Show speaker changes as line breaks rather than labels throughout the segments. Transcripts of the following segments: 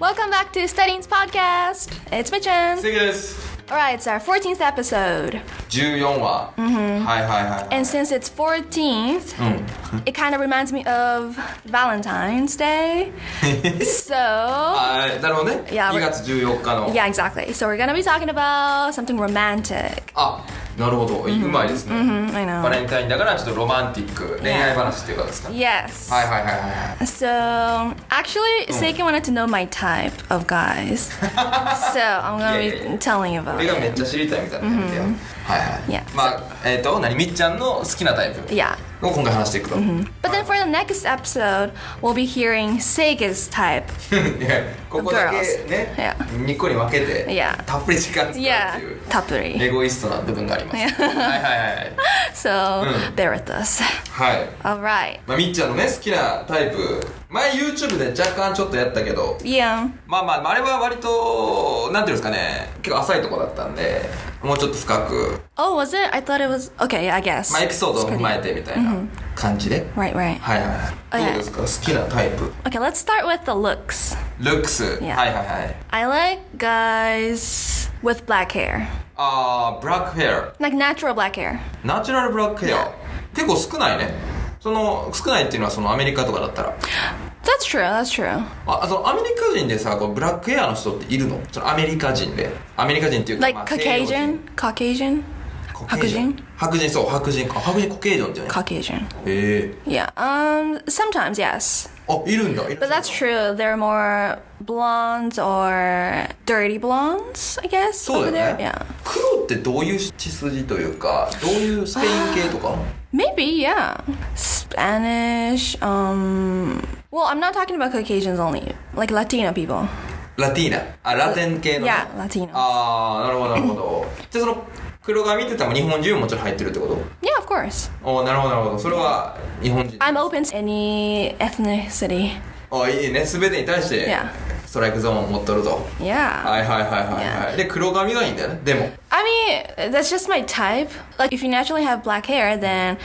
Welcome back to Studying's podcast. It's Mitchin.
素敵です
All right, it's our 14th episode.
14話、はいはいはい
And since it's 14th,
Mm-hmm.
it kind of reminds me of Valentine's Day. so,
あーなるほどね
いや
2月14日の
yeah, exactly. So, we're going to be talking about something romantic. Mm,
あなるほど、うまいですね、
I
バ
know.
レンタインだからちょっとロマンティック恋愛話っていうかですか、
Yes.
はいはいはいはいはい
So,
Mm.
actually, Seiken wanted to know my type of guys. so, I'm going to
Yeah, yeah, yeah.
be telling you about
俺がめっ
it.
ちゃ知りたいみたいな感じで、はいはい、
Yeah.
まあえっ、と何みっちゃんの好きなタイプ
Yeah.
を今回話していくと、
But then for the next episode, we'll be hearing Seiga's type.
ねここだけ
Girls.
ね
Yeah.
2個に分けて
Yeah.
たっぷり時間使うっていう
Yeah, たっぷり
エゴイストな部分があります
Yeah.
はいはいはい
So, bear with us.
はい
All right.
まあ、みっちゃんのね好きなタイプ前 YouTube で若干ちょっとやったけど
Yeah.
まあまああれは割となんていうんですかね結構浅いとこだったんでもうちょっと深く、
Oh, was it? I thought it was. Okay, yeah, I guess.
まあ、エピソード
It's
を
pretty-
踏まえてみたいな感じで、
Right, right.
はいはいはい
Okay.
どうですか好きなタイプ
Okay, let's start with the looks.
ルックス、
Yeah.
はいはいはい
I like guys with black hair.
ああブラックヘア
Like natural black hair.
ナチュラルブラックヘア結構少ないねその少ないっていうのはそのアメリカとかだったら
That's true, that's true.
ああそのアメリカ人でさこうブラックヘアの人っているのそのアメリカ人でアメリカ人っていうか、
Like
まあ西洋人
Caucasian? Caucasian? 白人
白人そう白人か白人コケージョンってね
Caucasian.
へえ
Yeah. Um, sometimes, yes.
あいるんだいる
But that's true. They're more blondes or dirty blondes, I guess.
そう
over
だ
there.
よね
Yeah.
黒ってどういう血筋というかどういうスペイン系とか
Maybe, yeah. Spanish, um well, I'm not talking about Caucasians only. Like Latino people.
ラティーナあラテン系の
Yeah,
Uh,
Latino.
ああなるほどなるほどじゃあその黒髪って多分日本人ももちろん入ってるってこと
Yeah, of course.
おーなるほどなるほどそれは日本人
I'm open to any ethnicity.
あいいね全てに対して
Yeah.
ストライクゾーンを持っとると
Yeah.
はいはいはいはいはい
Yeah.
で黒髪がいいんだよね でも
I mean, that's just my type. Like, if you naturally have black hair, then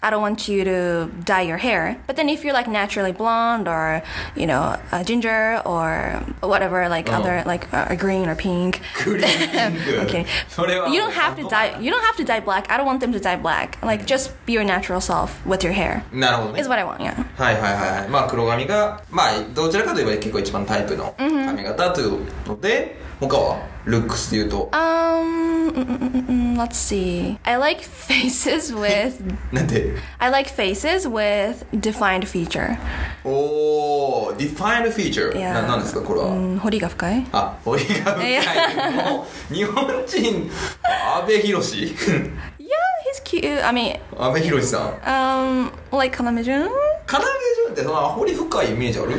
I don't want you to dye your hair. But then, if you're like naturally blonde or, you know, uh, ginger or whatever, like other, like uh, green or pink,
グリーンピンク
okay,
それは
you don't have to dye. You don't have to dye black. I don't want them to dye black. Like, just be your natural self with your hair.
なるほどね
Is what I want. Yeah.
はいはいはいはいまあ黒髪がまあどちらかといえば結構一番タイプの髪型というので、他はルックスで言うと
Um, mm, mm, mm, mm, let's see. I like faces with.
なんて
I like faces with defined feature.
おーディファインドフィーチャー
いや
ななんですかこれは、
うん彫りが深い
あ彫りが深
いや
いもう日本人阿部寛
Yeah, he's cute. I mean,
阿部寛さん
um, like Kanamejun?
要潤ってそんな彫り深いイメージある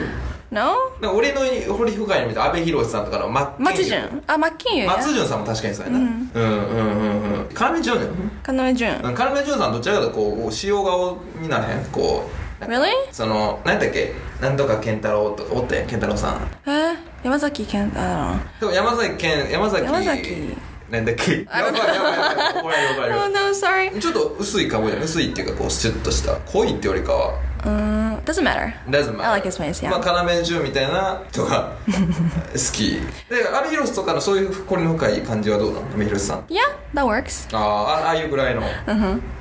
No?
なんか俺の彫り深いイメージ阿部寛さんとかのマッケンジュン
Matsujun. Ah, Makinyu.
松潤さんも確かにそうやな、うん、うんうんうんうん要潤だよ
Kanamejun.
カルメジュンさんどちらかというとこう塩顔にならへんこう
Really?
その何だっけなんとか健太郎とかおったやん健太郎さん
Eh, Yamazaki can. I
でも山崎健山崎
山崎
なんだっけやばいやばいやばい怖いやば
don't know.
い
Oh
や
no, sorry.
ばいちょっと薄い顔じゃん薄いっていうかこうシュッとした濃いってよりかは
Um, doesn't matter.
大丈夫
I like his face,
ま
yeah.
あ要潤みたいなと か好きで阿部寛とかのそういうこれの深い感じはどうなの阿部寛さん
Yeah, that works.
あーあああいうぐらいのへ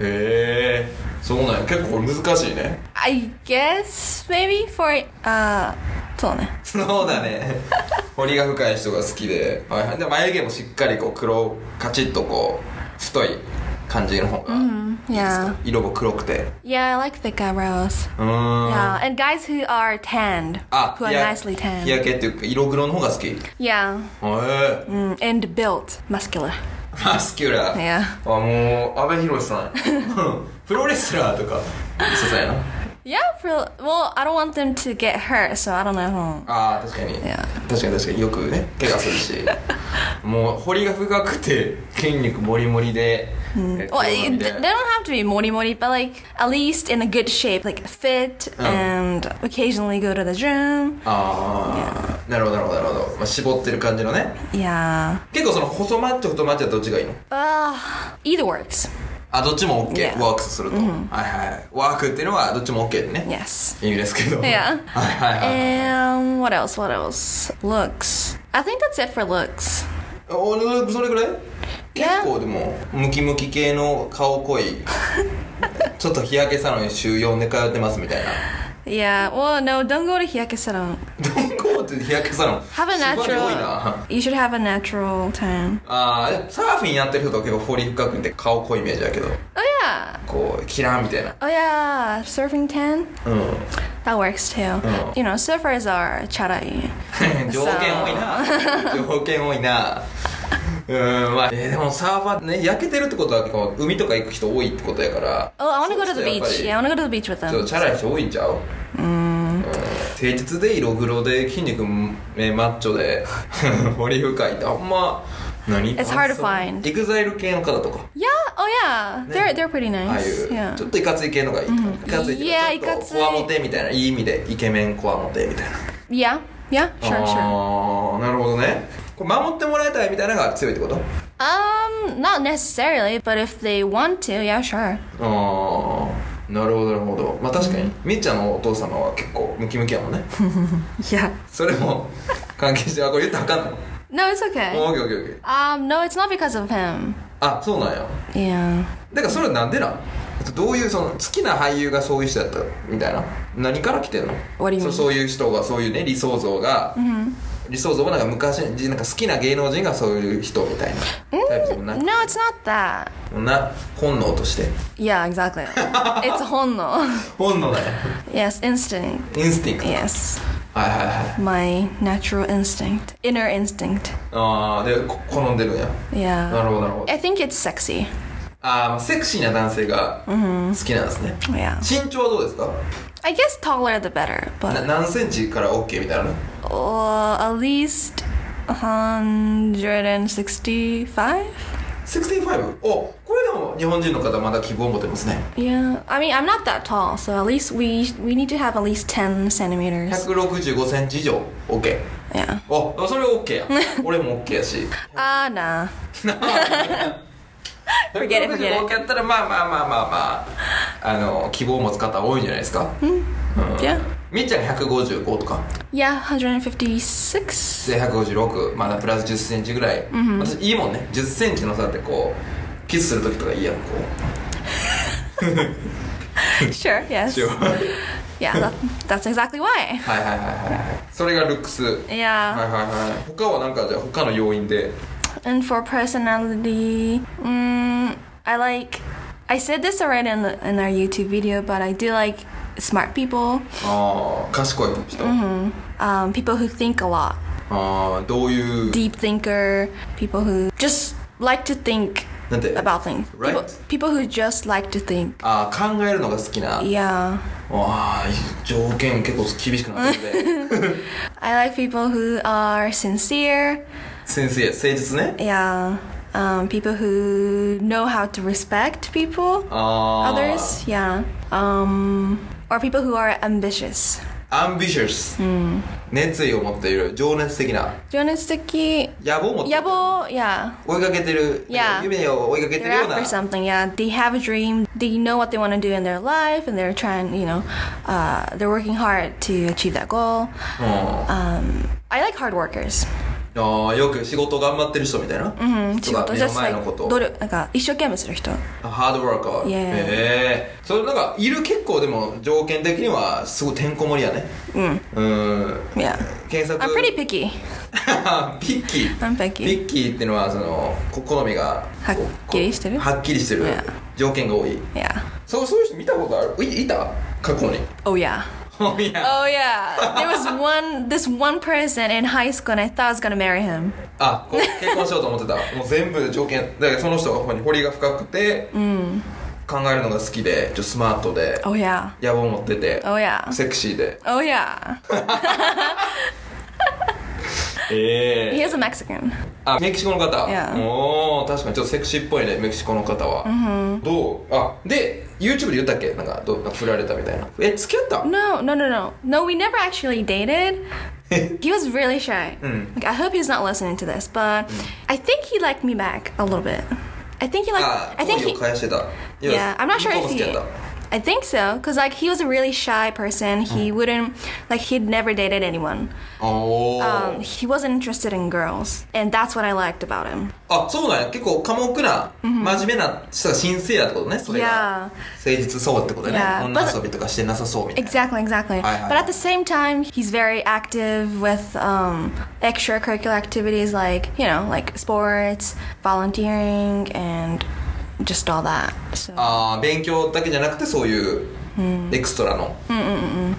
えそうなんや結構難しいね
I guess maybe for uh, そうね。
そうだね彫りが深い人が好きで,、はいはい、で眉毛もしっかりこう黒カチッとこう太い感じの方がいいですか、
Yeah.
色も黒くて
Yeah, I like thick eyebrows.
うーん
Yeah, and guys who are tanned,
あ
who are
日焼
nicely
日
tanned.
焼けっていうか色黒の方が好きへ
Yeah,
え
mm, and built, muscular.
マスキュラー、
Yeah.
あもう阿部寛さ んプロレスラーとかそうそうやな
Yeah, for well, I don't want them to get hurt, so I don't know.
あー確かに、
Yeah.
確かに確かによくね怪我する しもう彫りが深くて筋肉もりもりで、えっと
Well, it- they don't have to be mori mori, but like at least in a good shape, like fit and occasionally go to the gym.
ああ、なるほどなるほどなるほど、まあ、絞ってる感じのね
Yeah.
結構その細マッチョ太マッチョはどっちがいいの
Uh, either works.
あどっちも OK、
Yeah.
ワークスすると、はいはいワークっていうのはどっちも OK でね、
Yes.
意味ですけど
Yeah.
はいはいはい
And what else? What else? Looks. I think that's it for looks.
おそれぐらい
Yeah.
結構でもムキムキ系の顔 濃いちょっと日焼けサロンに週4で通ってますみたいな
Yeah. Well, no, don't go to hiyake salon.
どこって日焼けサロン
Have a
すごい多いな
natural. You should have a natural tan.
あーサーフィンやってる人と結構彫り深くて顔濃いイメージだけど
Oh yeah.
こうキラーみたいな
Oh yeah. Surfing tan.
うん
That works too.
Oh.
You know, surfers are charai.
条件多いな条件多いなうんまあ、えーでもサーファーね焼けてるってことはこう海とか行く人多いってことやから
Oh, I want to go to the
そうするやっぱ
beach. Yeah, I want to
り
go to the beach with
ちょっ
them.
とチャラい人多いんちゃううん誠実で色黒で筋肉めマッチョで 彫り深いってあんま何
It's hard to find.
エグザイル系の方とか
Yeah. Oh yeah. They're they're pretty
ああい
nice.
う
Yeah.
ちょっといかつい系のがいいかな、いかついっていう
いや
か
い
ちょ
か
っ
つ
と
い
こわもてみたいないい意味でイケメンこわもてみたいな
Yeah. Yeah. Sure. Sure.
ああなるほどねこれ守ってもらいたいみたいなのが強いってこと
Um, not necessarily, but if they want to, yeah, sure.
ああなるほどなるほどまあ確かに、みっちゃんのお父様は結構ムキムキやもん ね
Yeah.
それも関係してあこれ言ったらあかんの
No, it's okay.
オッケーオッケーオッケー
Um, no, it's not because of him.
あそうなんや
Yeah.
だからそれはなんでなんえっとどういうその好きな俳優がそういう人だったみたいな何から来てんの
What do you
そ
mean?
うそういう人がそういうね理想像が、理想像はなんか昔なんか好きな芸能人がそういう人みたいなタイプでもな
Mm, No, it's not that.
な本能として
Yeah, exactly. it's honno.
本能だよ
yes, instinct.
インスティンクト
Yes,
はいはいはい
my natural instinct, inner instinct.
ああでこ好んでるんやなる
Yeah.
ほどなるほど
I think it's sexy.
あーまあセクシーな男性が好きなんですね、
Yeah.
身長はどうですか
I guess taller the better,
な
but
何センチから OK みたいなの
uh, at least 165.
65? おこれでも日本人の方まだ希望を持てますね
Yeah, I mean, I'm not that tall, so at least we we need to have at least 10 centimeters.
165センチ以上 OK
Yeah.
おそれ OK や 俺も OK やし
Ah, nah.
165
Forget it, forget it.
やったらまあまあまあまあまああの希望を持つ方多いんじゃないですか
Yeah.
みっちゃんが155とか
Yeah, 156.
で156まだプラス1 0センチぐらい、私いいもんね1 0センチの差ってこうキスする時とかいいやんこ
Sure,
う
yes.
しようはい
Yeah, that, that's exactly why.
はいはいはいそれがルックスはいはい
Yeah.
はい他はなんかじゃあ他の要因で
And for personality, mm, I like. I said this already in, the, in our YouTube video, but I do like smart people,
ああ賢い人、
um, people who think a lot,
ああどういう
deep thinker, people who just like to think
なんて
about things.
Right.
People, people who just like to think.
ああ考えるのが好きな
Yeah.
わあ条件結構厳しくなって るね
I like people who are sincere.
先生誠実ね
Yeah. Um, people who know how to respect people,
ああ
others. Yeah. Um, or people who are ambitious.
アンビシャス、熱意を持っている情熱的な
Jonestiki.
野望を持っている
Yabo, yeah.
追いかけてる
Yeah.
夢を追いかけて
They're
るような
after something, yeah. They have a dream. They know what they want to do in their life, and they're trying, you know, uh, they're working hard to achieve that goal.
うん
Um, I like hard workers.
ああよく仕事頑張ってる人みたいな、
うん
人
仕
が
事
目
j
の
u
前のこと
努力なんか一生懸命する人
ハードワーカー
Yeah.
ええそれなんかいる結構でも条件的にはすごいてんこ盛りやね
うん
う
い
ん
や
検索
I'm pretty picky
ピッキー
I'm picky
ピッキーってのはそのこ好みが
はっきりしてる
こうはっきりしてる
Yeah.
条件が多い
yeah
そうそういう人見たことあるいいた過去に
oh yeah
いや
oh yeah there was one this one person in high school and I thought I was gonna marry him
あこう結婚しようと 思ってたもう全部条件だからその人がほんまに彫りが深くて、考えるのが好きでちょっとスマートで
oh yeah
野望持ってて、
oh yeah
セクシーで
oh yeah
え
he is a Mexican
あメキシコの方、
Yeah.
おー確かにちょっとセクシーっぽいねメキシコの方は、どうあで YouTube で言ったっけなんかどうなんか振られたみたいなえ付き合った
no no no no no we never actually dated he was really shy like, I hope he's not listening to this but I think he liked me back a little bit I think he like.
あ
I
あ、好
think
意を
he.
返してた。
Yeah, I'm not sure if
向こうも好き
he.
やった。
I think so, cause like he was a really shy person. He wouldn't like he'd never dated anyone.
おお、
Um, he wasn't interested in girls, and that's what I liked about him.
あ、そうなんや。結構寡黙な、真面目な人が神聖やってことね、それが。誠実そうってことね。
Yeah.
女遊びとかしてなさそうみたいな。
Exactly, exactly.
Aye, aye,
But
aye.
at the same time, he's very active with um, extracurricular activities like, you know, like sports, volunteering, and just all that. So,
ああ、勉強だけじゃなくてそういう、エクストラの、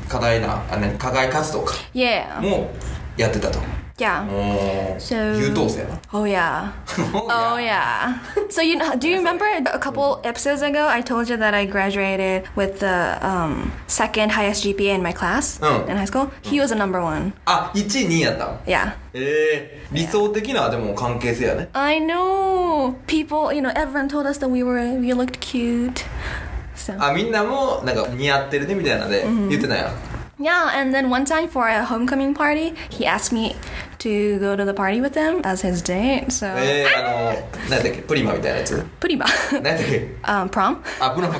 課題な、あね、課外活動か。
yeah.
もやってたと。
Yeah.
おー
So-
優等生やな。
Oh, yeah.
Oh,
Oh, yeah. So, you know, do you remember a couple episodes ago, I told you that I graduated with the um, second highest GPA in my class
Oh.
in high school? He was a number one.
あ、1位、2位やった。
Yeah.
ええ理想的な、でも関係性やね。
I know people. You know, everyone told us that we were we looked cute. So
あ、みんなも、なんか似合ってるね、みたいなので、言ってたやん。
yeah, and then one time for a homecoming party, he asked me to go to the party with him as his date. So
えー、あの、なんだっけ、プリマみたいなやつ。
prima,
なんだっけ、
um, prom,
あ、プロ マ。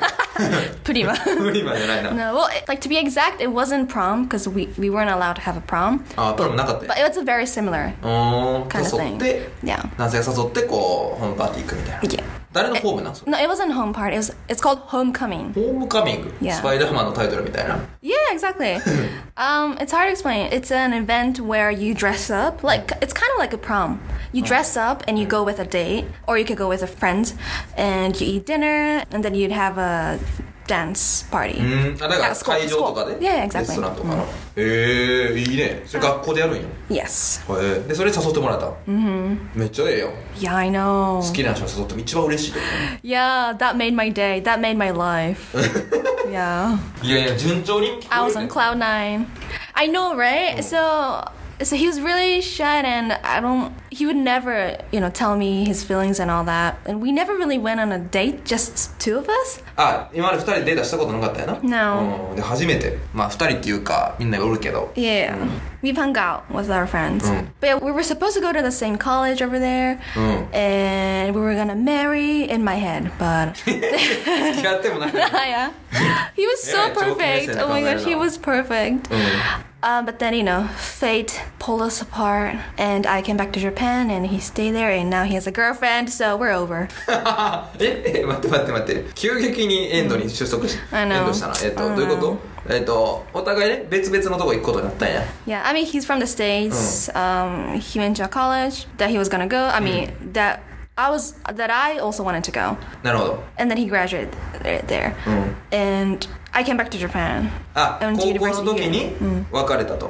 prima.
プリマじゃないな。
no, well, it, like to be exact, it wasn't prom because we we weren't allowed to have a prom,
あ、プロマなかったよ
but it was a very similar
うー
kind
ん。誘っ
of
て
thing.、Yeah,
男性誘って、こう、ホームパーティー行くみたいな。
yeah.
誰のホームなんそれ
No, it wasn't home party. It was it's called homecoming.
ホームカミング、
Yeah.
スパイダーマンのタイトルみたいな。
Yeah, exactly. um, it's hard to explain. It's an event where you dress up. Like it's kind of like a prom. You dress up and you go with a date, or you could go with a friend, and you eat dinner, and then you'd have a dance party.
うん。あ、だから
Yeah, school-
会場とかで、
school. Yeah,
レ
exactly.
ストランとかの。へえ、いいね。それ学校でやるんや。
Yes.
へえ。で、それ誘ってもらえた。うん。めっちゃええよ。
Yeah, I know.
好きな人誘っても一番嬉しいと思
Yeah, that made my day. That made my life. yeah.
う。いやいや、順調に。
I was on cloud nine. I know, right? So so he was really shut and I don't he would never, you know, tell me his feelings and all that. And we never really went on a date, just two of us.
あ、今まで二人でデートしたことなかったやな。
No.
うん。で、初めて。まあ、二人っていうか、みんながおるけど。
Yeah. Mm. We've hung out with our friends.
Mm.
But yeah, we were supposed to go to the same college over there
Mm.
and we were gonna marry in my head, but
付き合ってもない。
yeah. He was so
Yeah, joke
perfect.
missing,
Oh my
come on
gosh, he
now.
was perfect.
う
Um, but then, you know, fate pulled us apart, and I came back to Japan, and he stayed there, and now he has a girlfriend, so we're over.
ん、え え待って待って待って急激にエンドに収束 し、
I know
エンドしたなえっ、と、
I know
どういうことえっ、とお互いね別々のとこ行くことになったんや
Yeah, I mean, he's from the States.
Oh.
Um, he went to a college that he was gonna go. I mean,
Hmm.
that I was, that I also wanted to go.
なるほど
And then he graduated th- there.
Mm.
And I came back to Japan.
あ
I went to
高校の
university
時
here.
に別れたと、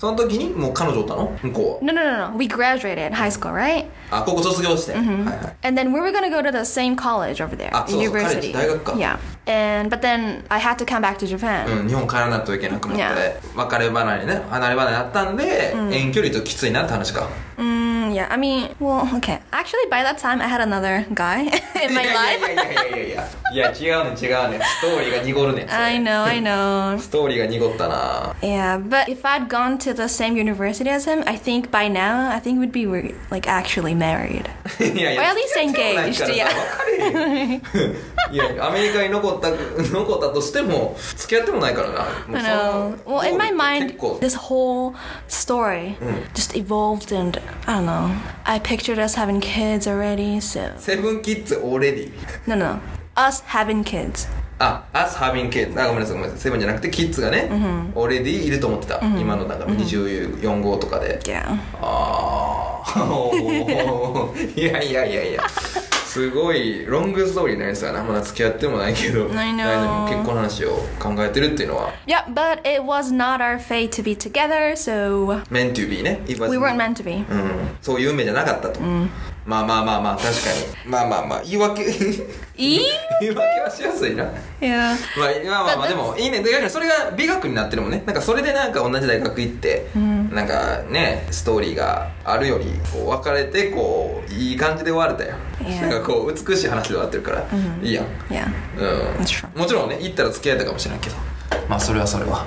その時にもう彼女おったの向こう
No, no, no, no. We graduated high school, right?
はあ高校卒業して、はいはい
And then we were gonna go to the same college over there,
Ah, so- so
university.
college, 大学か。
yeah. And but then I had to come back to Japan.
うん、日本帰らないといけなくなって、別れ離れね離れ離れになったんで、遠距離ときついなって話か
Mm, yeah, I mean, well, okay. Actually, by that time, I had another guy in
い
my
や
life.
いやいやいやいや いやいや違うね違うねストーリーが濁るねそれ
I know, I know.
ストーリーが濁ったな
Yeah, but if I'd gone to the same university as him, I think by now, I think we'd be re- like actually married.
いやい
Or
や
at least
付き合ってもないか
engaged,
らさ分かれへん いやアメリカに残った 残ったとしても付き合ってもないからなも
I
うその
know. Well, Mm. in my
結
mind,
構
this whole story just evolved, and I don't know. I pictured us having kids already, so
セブンキッズオーレディ
no, no, us having kids.
あ、us having kids あごめんなさいごめんなさいセブンじゃなくてキッズがね、オーレディいると思ってた、今のなんか24号とかで、
Yeah.
ああお ーいやいやいやいやすごいロングストーリーになりそうやなまだ付き合ってもないけど
I know
ないのに結婚の話を考えてるっていうのは
Yeah, but it was not our fate to be together, so
meant to be ね It was
we weren't meant to be.
うん、そういう運命じゃなかったと、まあまあまあまあ確かにまあまあまあ言い訳
E?
言い訳はしやすいな
Yeah.
まあまあまあまあでもいいねでだからそれが美学になってるもんねなんかそれでなんか同じ大学行って、なんかねストーリーがあるよりこう別れてこういい感じで終われたよ
いや
なんかこう美しい話で終わってるから、いいやん
Yeah.
うん、もちろんね行ったら付き合えたかもしれないけどまあそれはそれは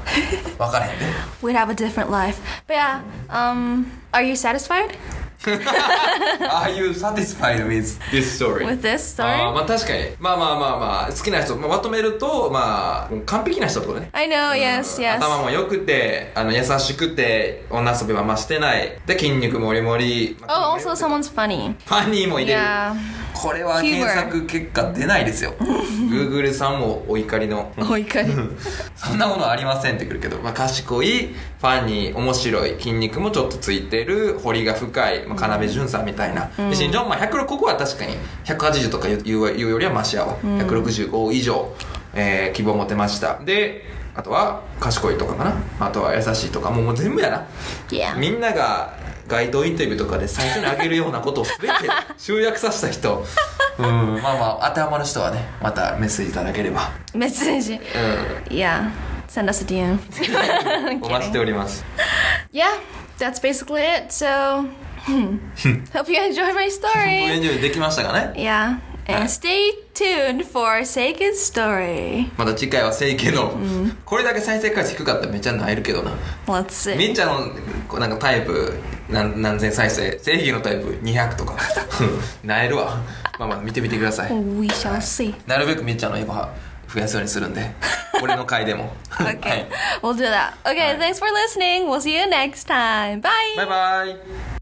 分からへんね
We'd have a different life. But yeah, um, are you satisfied?
Are you satisfied with this story?
With this story?
あーまあ確かに。まあまあまあまあ、好きな人、まあ、まとめると、まあ、もう完璧な人ってことね。
I know, yes,
うん
yes.
頭も良くて、あの、優しくて、女遊びは増してない。で、筋肉もりもり。ま
Oh,
あ
also someone's funny.
ファニーも入れる
Yeah.
これは
Humor
検索結果出な いですよ Google さんもお怒りの
Oh, you could.
そんなものありませんってくるけど、まあ、賢いファンに面白い筋肉もちょっとついてる彫りが深い、まあ、要潤さんみたいな、で身長もまあ106ここは確かに180とかいういういうよりはマシやわ、165以上、えー希望を持てましたであとは賢いとかかなあとは優しいとかもうもう全部やな
Yeah.
みんなが街頭インタビューとかで最初にあげるようなことを 全て集約させた人 うんまあまあ当てはまる人はねまたメッセージいただければ
Message.
うん
Yeah. Send us a DM.
お待ちしております
Yeah, that's basically it. So, hmm. hope you enjoyed my
ご援
story.
助できましたかね
Yeah, and stay tuned for Seiken's story.
また次回は正規の、これだけ再生回数低かったらめっちゃ萎えるけどな
Let's see.
みんちゃんのこうなんかタイプ何何千再生正規のタイプ200とか萎えるわまあまあ見てみてください
We shall see.
なるべくみっちゃんのエゴは増やすようにするんで俺の回でもは
Okay,
い
we'll do that. Okay,
Alright.
thanks for listening. We'll see you next time. Bye.
バイバイ